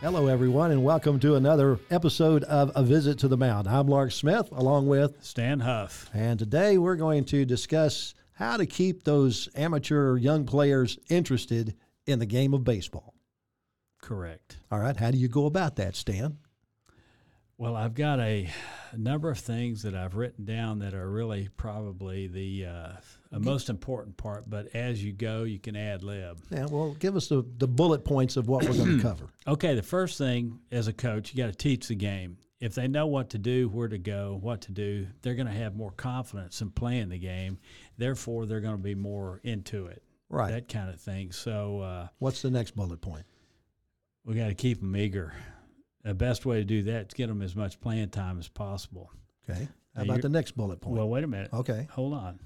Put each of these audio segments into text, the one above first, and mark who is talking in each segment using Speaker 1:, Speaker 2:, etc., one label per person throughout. Speaker 1: Hello, everyone, and welcome to another episode of A Visit to the Mound. I'm Lark Smith, along with,
Speaker 2: Stan Huff.
Speaker 1: and today we're going to discuss how to keep those amateur young players interested in the game of baseball.
Speaker 2: Correct.
Speaker 1: All right, how do you go about that, Stan?
Speaker 2: Well, I've got a number of things that I've written down that are really probably the uh, uh, most important part, but as you go, you can ad lib.
Speaker 1: Yeah, well, give us the, the bullet points of what we're going to cover.
Speaker 2: Okay, the first thing as a coach, you got to teach the game. If they know what to do, where to go, what to do, they're going to have more confidence in playing the game. Therefore, they're going to be more into it.
Speaker 1: Right.
Speaker 2: That kind of thing. So, uh,
Speaker 1: What's the next bullet point?
Speaker 2: We got to keep them eager. The best way to do that is get them as much playing time as possible.
Speaker 1: Okay. How
Speaker 2: Now
Speaker 1: about
Speaker 2: you're-
Speaker 1: the next bullet point?
Speaker 2: Well, wait a minute.
Speaker 1: Okay.
Speaker 2: Hold on.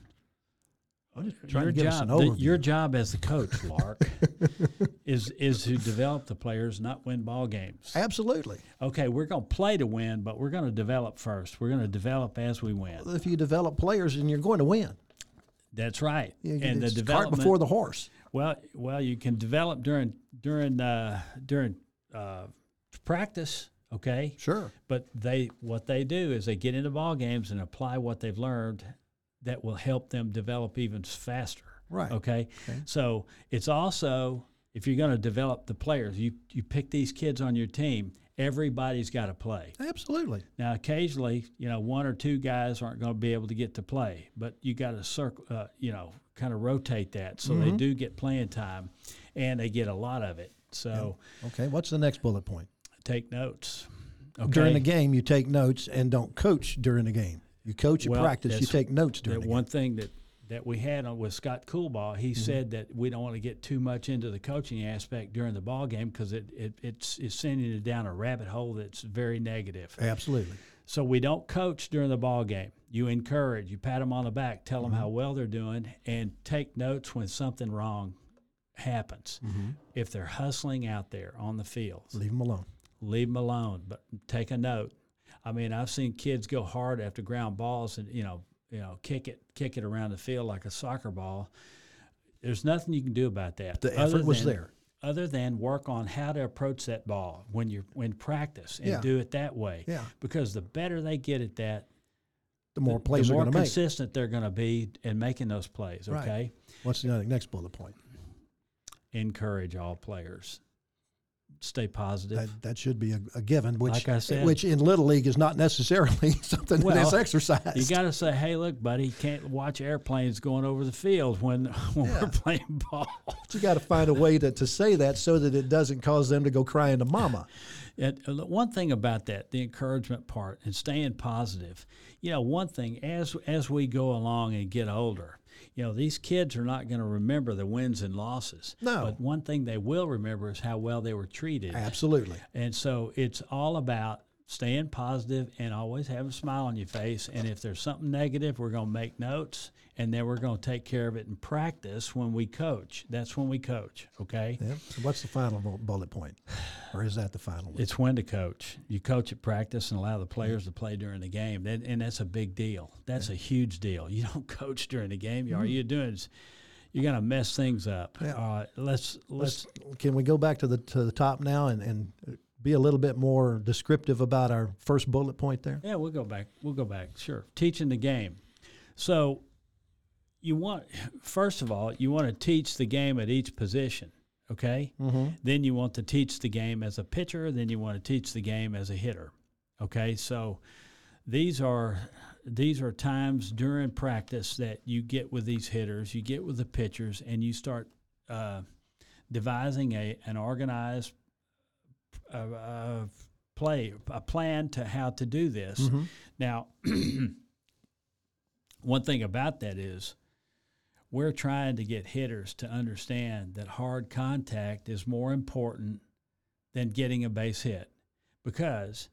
Speaker 1: trying
Speaker 2: your
Speaker 1: to give us
Speaker 2: job,
Speaker 1: an
Speaker 2: th- your
Speaker 1: overview.
Speaker 2: job as the coach, Lark, is is to develop the players, not win ball games.
Speaker 1: Absolutely.
Speaker 2: Okay, we're going to play to win, but we're going to develop first. We're going to develop as we win.
Speaker 1: If you develop players, and you're going to win.
Speaker 2: That's right.
Speaker 1: You-
Speaker 2: and the
Speaker 1: it's cart
Speaker 2: development
Speaker 1: before the horse.
Speaker 2: Well, well, you can develop during during uh, during uh, practice. Okay.
Speaker 1: Sure.
Speaker 2: But they what they do is they get into ball games and apply what they've learned that will help them develop even faster.
Speaker 1: Right.
Speaker 2: Okay. So it's also if you're going to develop the players, you you pick these kids on your team. Everybody's got to play.
Speaker 1: Absolutely.
Speaker 2: Now, occasionally, you know, one or two guys aren't going to be able to get to play, but you got to circle, uh, you know, kind of rotate that so
Speaker 1: Mm-hmm.
Speaker 2: they do get playing time, and they get a lot of it. So
Speaker 1: Okay. What's the next bullet point?
Speaker 2: take notes. Okay?
Speaker 1: During the game, you take notes and don't coach during the game. You coach, you
Speaker 2: Well,
Speaker 1: practice, you
Speaker 2: that's-
Speaker 1: take notes during
Speaker 2: that
Speaker 1: the Mm-hmm.
Speaker 2: one thing that that we had on with Scott Coolball, he said that we don't want to get too much into the coaching aspect during the ball game because it, it it's it's sending it down a rabbit hole that's very negative.
Speaker 1: game. Absolutely.
Speaker 2: So we don't coach during the ball game. You encourage, you pat them on the back, tell
Speaker 1: Mm-hmm.
Speaker 2: them how well they're doing, and take notes when something wrong happens.
Speaker 1: Mm-hmm.
Speaker 2: If they're hustling out there on the field,
Speaker 1: Leave them alone.
Speaker 2: leave them alone, but take a note. I mean, I've seen kids go hard after ground balls and you know, you know, kick it, kick it around the field like a soccer ball. There's nothing you can do about that.
Speaker 1: The
Speaker 2: other
Speaker 1: effort was
Speaker 2: than-
Speaker 1: there.
Speaker 2: Other than work on how to approach that ball when you're when practice and
Speaker 1: Yeah.
Speaker 2: do it that way.
Speaker 1: Yeah.
Speaker 2: Because the better they get at that,
Speaker 1: The more plays
Speaker 2: the more
Speaker 1: are going to make.
Speaker 2: consistent they're going to be in making those plays.
Speaker 1: Right.
Speaker 2: Okay,
Speaker 1: What's the next bullet point?
Speaker 2: encourage all players. Stay positive.
Speaker 1: That, that should be a, a given, which
Speaker 2: Like I said-
Speaker 1: which in little league is not necessarily something that is
Speaker 2: Well,
Speaker 1: exercised.
Speaker 2: You got to say, hey, look, buddy, you can't watch airplanes going over the field when, when
Speaker 1: Yeah.
Speaker 2: we're playing ball.
Speaker 1: you got to find a way to, to say that so that it doesn't cause them to go crying to mama.
Speaker 2: And uh, one thing about that, the encouragement part and staying positive. You know, one thing as as we go along and get older, you know, these kids are not going to remember the wins and losses.
Speaker 1: No.
Speaker 2: But one thing they will remember is how well they were treated.
Speaker 1: Absolutely.
Speaker 2: And so it's all about staying positive and always have a smile on your face. And if there's something negative, we're going to make notes and then we're going to take care of it in practice when we coach. That's when we coach, okay?
Speaker 1: Yeah. So what's the final bu- bullet point, or is that the final one?
Speaker 2: It's when to coach. You coach at practice and allow the players to play during the game. That, and that's a big deal. That's a huge deal. You don't coach during the game. You All you're doing is you're going to mess things up.
Speaker 1: Yeah.
Speaker 2: Uh, let's, let's
Speaker 1: Can we go back to the to the top now and, and be a little bit more descriptive about our first bullet point there?
Speaker 2: Yeah, we'll go back. We'll go back. Sure. Teaching the game. So you want first of all, you want to teach the game at each position, okay? Then you want to teach the game as a pitcher, then you want to teach the game as a hitter. Okay? So these are these are times during practice that you get with these hitters, you get with the pitchers and you start uh, devising a an organized uh, uh, play a plan to how to do this. Now, one thing about that is we're trying to get hitters to understand that hard contact is more important than getting a base hit because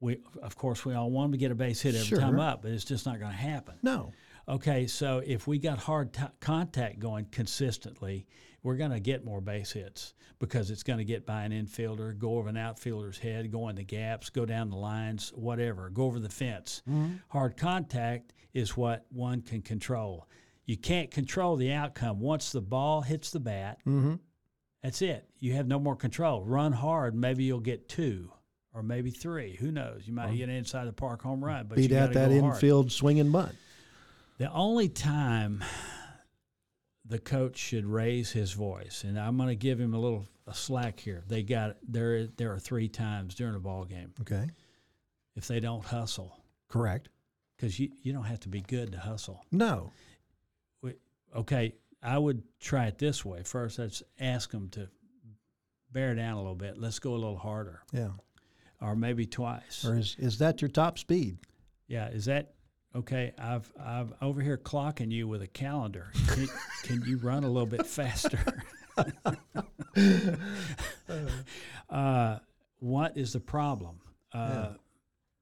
Speaker 2: we of course we all want them to get a base hit every
Speaker 1: Sure.
Speaker 2: time up but it's just not going to happen
Speaker 1: No.
Speaker 2: okay so if we got hard t- contact going consistently we're going to get more base hits because it's going to get by an infielder go over an outfielder's head go in the gaps go down the lines whatever go over the fence
Speaker 1: Mm-hmm.
Speaker 2: hard contact is what one can control you can't control the outcome once the ball hits the bat
Speaker 1: Mm-hmm.
Speaker 2: that's it. You have no more control. Run hard. Maybe you'll get two or maybe three. Who knows? You might get an inside the park home run, but
Speaker 1: Beat
Speaker 2: you
Speaker 1: out
Speaker 2: gotta
Speaker 1: that
Speaker 2: go hard.
Speaker 1: infield swinging bunt.
Speaker 2: The only time the coach should raise his voice, and I'm going to give him a little a slack here. They got there. There are three times during a ball game
Speaker 1: Okay.
Speaker 2: if they don't hustle,
Speaker 1: Correct.
Speaker 2: because you you don't have to be good to hustle.
Speaker 1: No.
Speaker 2: we- okay, I would try it this way. First, let's ask them to bear down a little bit. Let's go a little harder,
Speaker 1: Yeah.
Speaker 2: or maybe twice.
Speaker 1: Or is, is that your top speed?
Speaker 2: yeah, is that okay? I've I've over here clocking you with a calendar. Can, can you run a little bit faster? uh, what is the problem? Uh,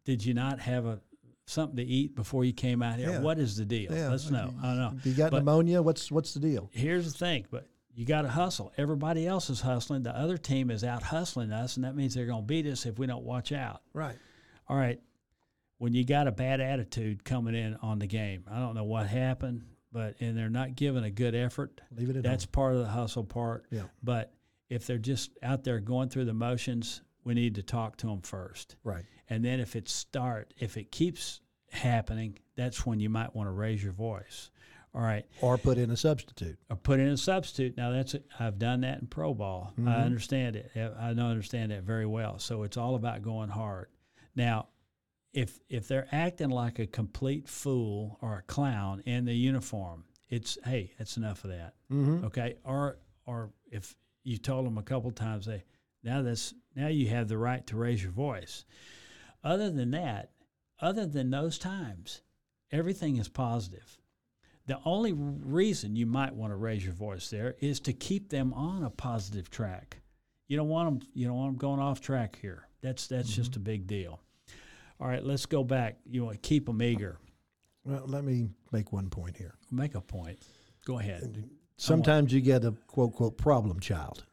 Speaker 2: Did you not have a something to eat before you came out here?
Speaker 1: Yeah.
Speaker 2: What is the deal?
Speaker 1: Yeah,
Speaker 2: Let's know. I don't know.
Speaker 1: You got
Speaker 2: But-
Speaker 1: pneumonia? What's what's the deal?
Speaker 2: here's the thing, but you got to hustle. Everybody else is hustling. The other team is out hustling us, and that means they're going to beat us if we don't watch out.
Speaker 1: Right.
Speaker 2: All right. When you got a bad attitude coming in on the game, I don't know what happened, but and they're not giving a good effort.
Speaker 1: Leave it at
Speaker 2: That's part of the hustle part.
Speaker 1: Yeah.
Speaker 2: But if they're just out there going through the motions, we need to talk to them first.
Speaker 1: Right.
Speaker 2: And then if it start, if it keeps happening, that's when you might want to raise your voice. All right
Speaker 1: Or put in a substitute.
Speaker 2: or put in a substitute. Now that's I've done that in pro ball. I understand it. I I know understand that very well. So it's all about going hard. Now, if if they're acting like a complete fool or a clown in the uniform, it's hey, that's enough of that. Okay. Or or if you told them a couple times, they now that's now you have the right to raise your voice. Other than that, other than those times, everything is positive. The only reason you might want to raise your voice there is to keep them on a positive track. You don't want them. You don't want them going off track here. That's that's
Speaker 1: Mm-hmm.
Speaker 2: just a big deal. All right, let's go back. You want to keep them eager.
Speaker 1: Well, let me make one point here.
Speaker 2: Make a point. Go ahead.
Speaker 1: Sometimes you get a quote quote problem child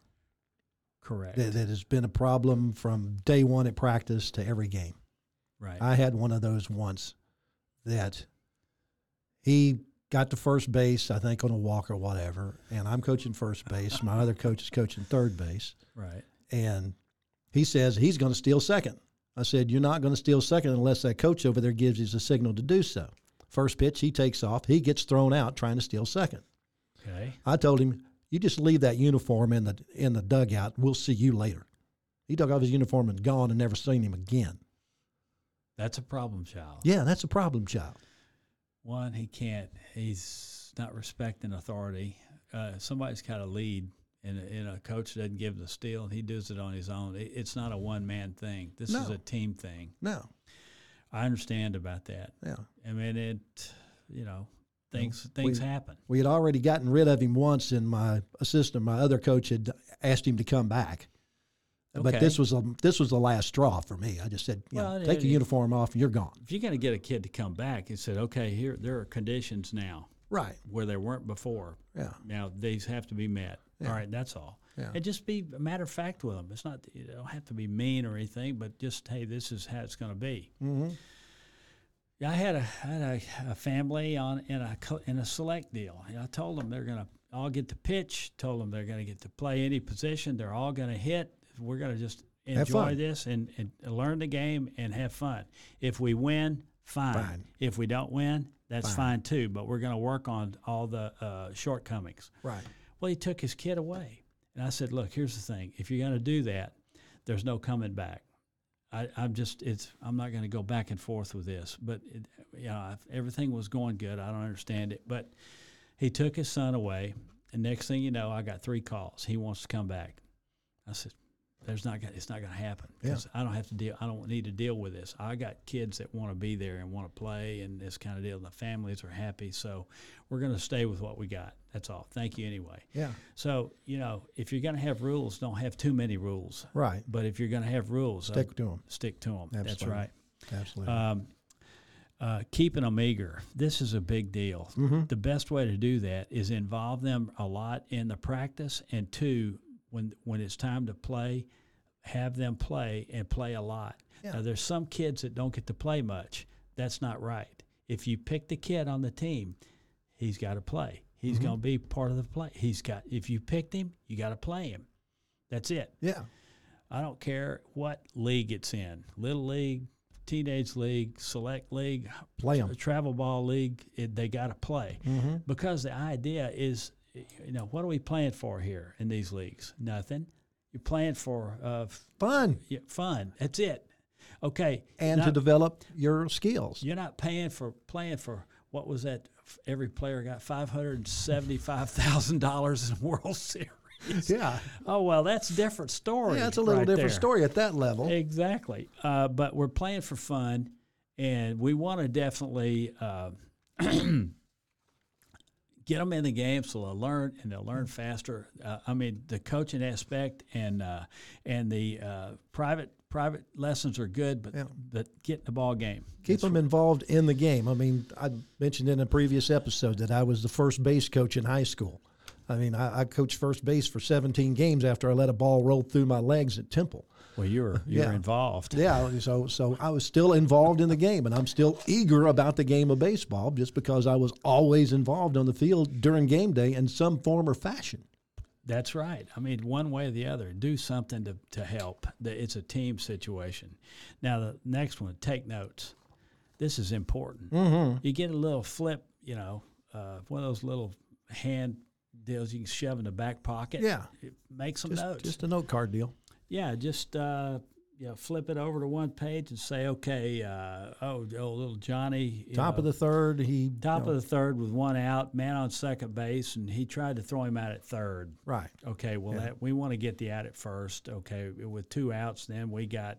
Speaker 2: Correct.
Speaker 1: that, that has been a problem from day one at practice to every game.
Speaker 2: Right.
Speaker 1: I had one of those once that he got to first base, I think on a walk or whatever, and I'm coaching first base. My other coach is coaching third base.
Speaker 2: Right.
Speaker 1: And he says he's going to steal second. I said, You're not going to steal second unless that coach over there gives you the signal to do so. First pitch, he takes off. He gets thrown out trying to steal second.
Speaker 2: Okay.
Speaker 1: I told him, "You just leave that uniform in the in the dugout. We'll see you later." He took off his uniform and gone, and never seen him again.
Speaker 2: That's a problem child.
Speaker 1: Yeah, that's a problem child.
Speaker 2: One, he can't. He's not respecting authority. Uh, somebody's got to lead, and, and a coach doesn't give the steal. He does it on his own. It, it's not a one man thing. This is
Speaker 1: No.
Speaker 2: a team thing.
Speaker 1: No,
Speaker 2: I understand about that.
Speaker 1: yeah.
Speaker 2: I mean, it, you know, things things happen.
Speaker 1: We had already gotten rid of him once, and my assistant, my other coach, had asked him to come back. But
Speaker 2: Okay.
Speaker 1: this was a this was the last straw for me. I just said, you know,
Speaker 2: Well, it-
Speaker 1: "Take your
Speaker 2: it-
Speaker 1: uniform off, and you're gone."
Speaker 2: If you're going to get a kid to come back, it said, okay, here there are conditions now
Speaker 1: Right?
Speaker 2: where there weren't before.
Speaker 1: Yeah.
Speaker 2: Now these have to be met. All right, that's all.
Speaker 1: Yeah.
Speaker 2: And just be a matter of fact with them. It's not you don't have to be mean or anything, but just hey, this is how it's going to be. Mm-hmm. Yeah, I had a had a, a family on in a co- in a select deal. And I told them they're going to all get to pitch. Told them they're going to get to play any position. They're all going to hit. We're going to just enjoy
Speaker 1: fun.
Speaker 2: this and, and learn the game and have fun. If we win, fine.
Speaker 1: Fine.
Speaker 2: If we don't win, that's fine, too. But we're going to work on all the uh, shortcomings.
Speaker 1: Right.
Speaker 2: Well, he took his kid away. And I said, look, here's the thing. If you're going to do that, there's no coming back. I, I'm just, it's, I'm not going to go back and forth with this, but it, you know, if everything was going good. I don't understand it, but he took his son away. And next thing you know, I got three calls. He wants to come back. I said, there's not gonna, it's not going to happen because I don't have to deal. I don't need to deal with this. I got kids that want to be there and want to play and this kind of deal. The families are happy. So we're going to stay with what we got. That's all. Thank you anyway.
Speaker 1: Yeah.
Speaker 2: So, you know, if you're going to have rules, don't have too many rules.
Speaker 1: Right.
Speaker 2: But if you're going to have rules, uh,
Speaker 1: Stick to 'em.
Speaker 2: Stick to them. That's
Speaker 1: Absolutely.
Speaker 2: right.
Speaker 1: Absolutely.
Speaker 2: Uh, keeping them eager. This is a big deal. The best way to do that is involve them a lot in the practice, and two, when when it's time to play, have them play and play a lot. Now, there's some kids that don't get to play much. That's not right. If you pick the kid on the team, he's got to play. He's going to be part of the play. He's got. If you picked him, you got to play him. That's it.
Speaker 1: yeah.
Speaker 2: I don't care what league it's in little league, teenage league, select league,
Speaker 1: Play 'em.
Speaker 2: tra- travel ball league. It, they got to play
Speaker 1: Mm-hmm.
Speaker 2: because the idea is, you know, what are we playing for here in these leagues? Nothing. You're playing for uh, f-
Speaker 1: Fun.
Speaker 2: yeah, fun. That's it. Okay.
Speaker 1: And to
Speaker 2: not-
Speaker 1: develop your skills.
Speaker 2: you're not paying for playing for what was that? F- Every player got five hundred and seventy-five thousand dollars in World Series.
Speaker 1: Yeah.
Speaker 2: Oh well, that's a different story.
Speaker 1: Yeah, that's a little
Speaker 2: right
Speaker 1: different
Speaker 2: there.
Speaker 1: story at that level.
Speaker 2: Exactly. Uh, but we're playing for fun, and we want to definitely uh, get them in the game so they'll learn and they'll learn faster. Uh, I mean, the coaching aspect and uh, and the uh, private private lessons are good, but but get in the ball game.
Speaker 1: Keep them involved in the game. I mean, I mentioned in a previous episode that I was the first base coach in high school. I mean, I, I coached first base for 17 games after I let a ball roll through my legs at Temple.
Speaker 2: Well, you're you're
Speaker 1: Yeah.
Speaker 2: involved.
Speaker 1: Yeah, so so I was still involved in the game, and I'm still eager about the game of baseball just because I was always involved on the field during game day in some form or fashion.
Speaker 2: That's right. I mean, one way or the other, do something to, to help. The- It's a team situation. Now, the next one, take notes. This is important.
Speaker 1: Mm-hmm.
Speaker 2: You get a little flip, you know, uh, one of those little hand deals you can shove in the back pocket.
Speaker 1: Yeah.
Speaker 2: Make some
Speaker 1: Just,
Speaker 2: notes.
Speaker 1: just a note card deal.
Speaker 2: Yeah, just uh, you know, flip it over to one page and say, okay, uh, oh, oh, little Johnny. you
Speaker 1: Top
Speaker 2: know,
Speaker 1: of the third, he
Speaker 2: top of the third with one out, man on second base, and he tried to throw him out at third.
Speaker 1: right.
Speaker 2: Okay, well, that, we want to get the out at first. Okay, with two outs, then we got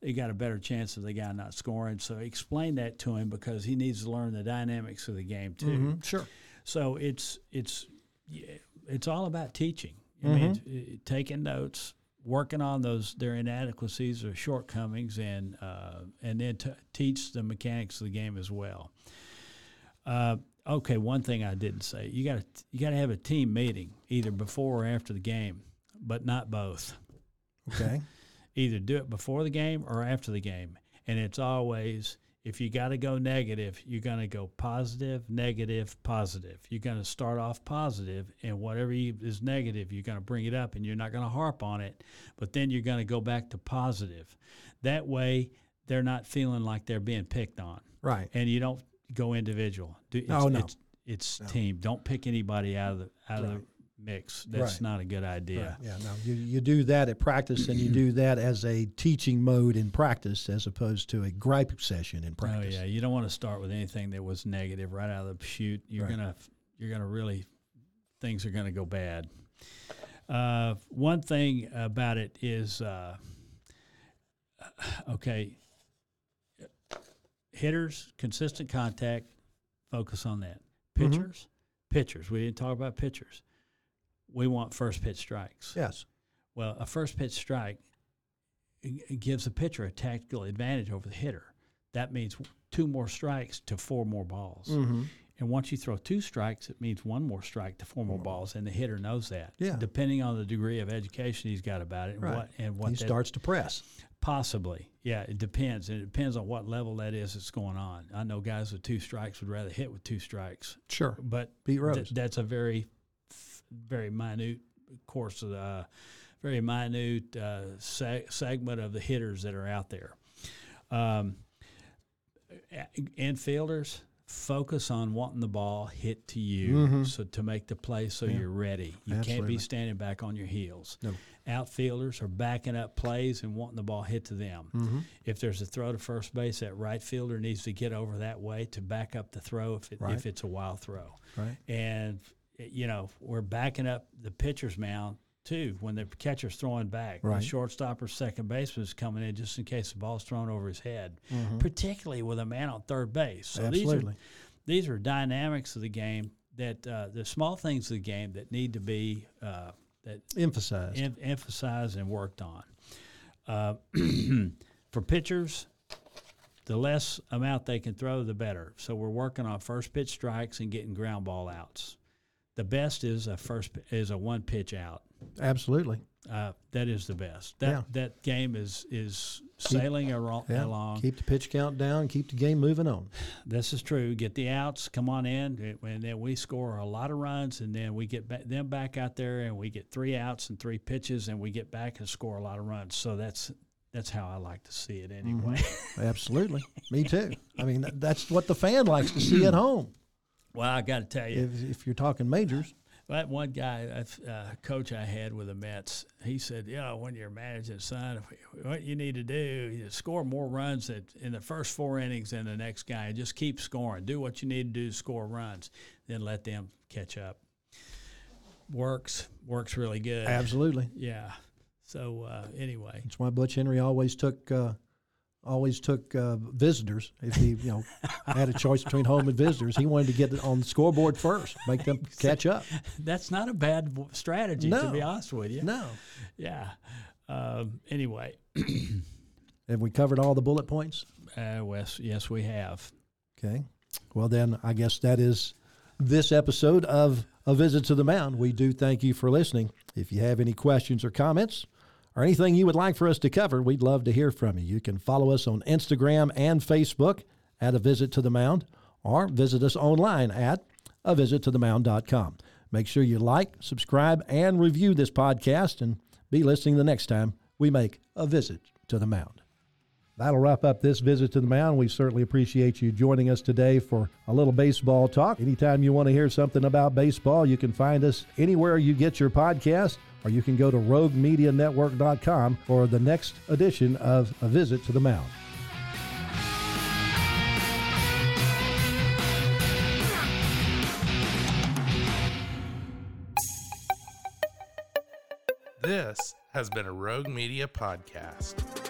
Speaker 2: he got a better chance of the guy not scoring. So explain that to him because he needs to learn the dynamics of the game too.
Speaker 1: Sure.
Speaker 2: So it's it's yeah, it's all about teaching. I mean, t- taking notes, working on those their inadequacies or shortcomings, and uh, and then t- teach the mechanics of the game as well. Uh, okay, one thing I didn't say you got to you got to have a team meeting either before or after the game, but not both.
Speaker 1: Okay.
Speaker 2: Either do it before the game or after the game, and it's always if you got to go negative, you're going to go positive, negative, positive. You're going to start off positive, and whatever you, is negative, you're going to bring it up, and you're not going to harp on it. But then you're going to go back to positive. That way, they're not feeling like they're being picked on
Speaker 1: Right.
Speaker 2: and you don't go individual. Do, it's,
Speaker 1: Oh, no.
Speaker 2: it's, it's team. Don't pick anybody out of the out of the mix. That's
Speaker 1: Right.
Speaker 2: not a good idea.
Speaker 1: Yeah, no, you, you do that at practice and you do that as a teaching mode in practice as opposed to a gripe session in
Speaker 2: Oh
Speaker 1: practice.
Speaker 2: yeah, you don't want to start with anything that was negative right out of the chute. You're gonna you're gonna really things are gonna go bad. Uh, one thing about it is uh, okay. Hitters, consistent contact, focus on that. Pitchers, pitchers. We didn't talk about pitchers. We want first pitch strikes.
Speaker 1: Yes.
Speaker 2: Well, a first pitch strike g- gives the pitcher a tactical advantage over the hitter. That means two more strikes to four more balls.
Speaker 1: Mm-hmm.
Speaker 2: And once you throw two strikes, it means one more strike to four more balls, and the hitter knows that.
Speaker 1: Mm-hmm. Yeah.
Speaker 2: Depending on the degree of education he's got about it, and
Speaker 1: Right.
Speaker 2: what and what
Speaker 1: he
Speaker 2: that-
Speaker 1: starts to press.
Speaker 2: Possibly, yeah. It depends. It depends on what level that is that's going on. I know guys with two strikes would rather hit with two strikes,
Speaker 1: Sure.
Speaker 2: but
Speaker 1: Pete
Speaker 2: th-
Speaker 1: Rose.
Speaker 2: that's a very, f- very minute course of the, uh, very minute uh, seg- segment of the hitters that are out there. Um, infielders focus on wanting the ball hit to you so to make the play so you're ready you can't
Speaker 1: Mm-hmm.
Speaker 2: be
Speaker 1: Absolutely.
Speaker 2: standing back on your heels
Speaker 1: No.
Speaker 2: outfielders are backing up plays and wanting the ball hit to them
Speaker 1: Mm-hmm.
Speaker 2: if there's a throw to first base that right fielder needs to get over that way to back up the throw if, it, if
Speaker 1: Right.
Speaker 2: it's a wild throw
Speaker 1: Right.
Speaker 2: and eh, you know we're backing up the pitcher's mound too when the catcher's throwing back.
Speaker 1: Right.
Speaker 2: The shortstop or second baseman's coming in just in case the ball's thrown over his head, particularly with a man on third base. So
Speaker 1: Mm-hmm. Absolutely.
Speaker 2: these are these are dynamics of the game that uh, the small things of the game that need to be uh, that
Speaker 1: Emphasize.
Speaker 2: em- emphasized and worked on. Uh, for pitchers, the less amount they can throw, the better. So we're working on first pitch strikes and getting ground ball outs. The best is a first p- is a one pitch out.
Speaker 1: Absolutely.
Speaker 2: Uh, that is the best. That
Speaker 1: Yeah.
Speaker 2: that game is is sailing aro-
Speaker 1: Yeah.
Speaker 2: along.
Speaker 1: Keep the pitch count down. Keep the game moving on.
Speaker 2: This is true. Get the outs. Come on in, eh, and then we score a lot of runs, and then we get ba- them back out there, and we get three outs and three pitches, and we get back and score a lot of runs. So that's that's how I like to see it anyway.
Speaker 1: Mm-hmm. Absolutely. Me too. I mean, th- that's what the fan likes to see at home.
Speaker 2: well, I got to tell you,
Speaker 1: If, if you're talking majors,
Speaker 2: that one guy, that uh, coach I had with the Mets, he said, "Yeah, when you're managing, son, what you need to do is score more runs that in the first four innings than the next guy, and just keep scoring. Do what you need to do, to score runs, then let them catch up." Works, works really good.
Speaker 1: absolutely.
Speaker 2: Yeah. So uh, anyway,
Speaker 1: That's why Butch Henry always took uh, always took uh, visitors. If he you know had a choice between home and visitors, he wanted to get it on the scoreboard first, make them catch up.
Speaker 2: that's not a bad w- strategy, to be
Speaker 1: No.
Speaker 2: honest with you.
Speaker 1: No,
Speaker 2: Yeah. Um, anyway,
Speaker 1: have we covered all the bullet points?
Speaker 2: uh, Wes, yes, we have.
Speaker 1: Okay. Well, then I guess that is this episode of A Visit to the Mound. We do thank you for listening. If you have any questions or comments or anything you would like for us to cover, we'd love to hear from you. You can follow us on Instagram and Facebook at A Visit to the Mound or visit us online at A Visit to the Mound.com. Make sure you like, subscribe, and review this podcast and be listening the next time we make A Visit to the Mound. That'll wrap up this visit to the mound. We certainly appreciate you joining us today for a little baseball talk. Anytime you want to hear something about baseball, you can find us anywhere you get your podcast, or you can go to roguemedianetwork.com for the next edition of A Visit to the Mound.
Speaker 3: This has been a Rogue Media podcast.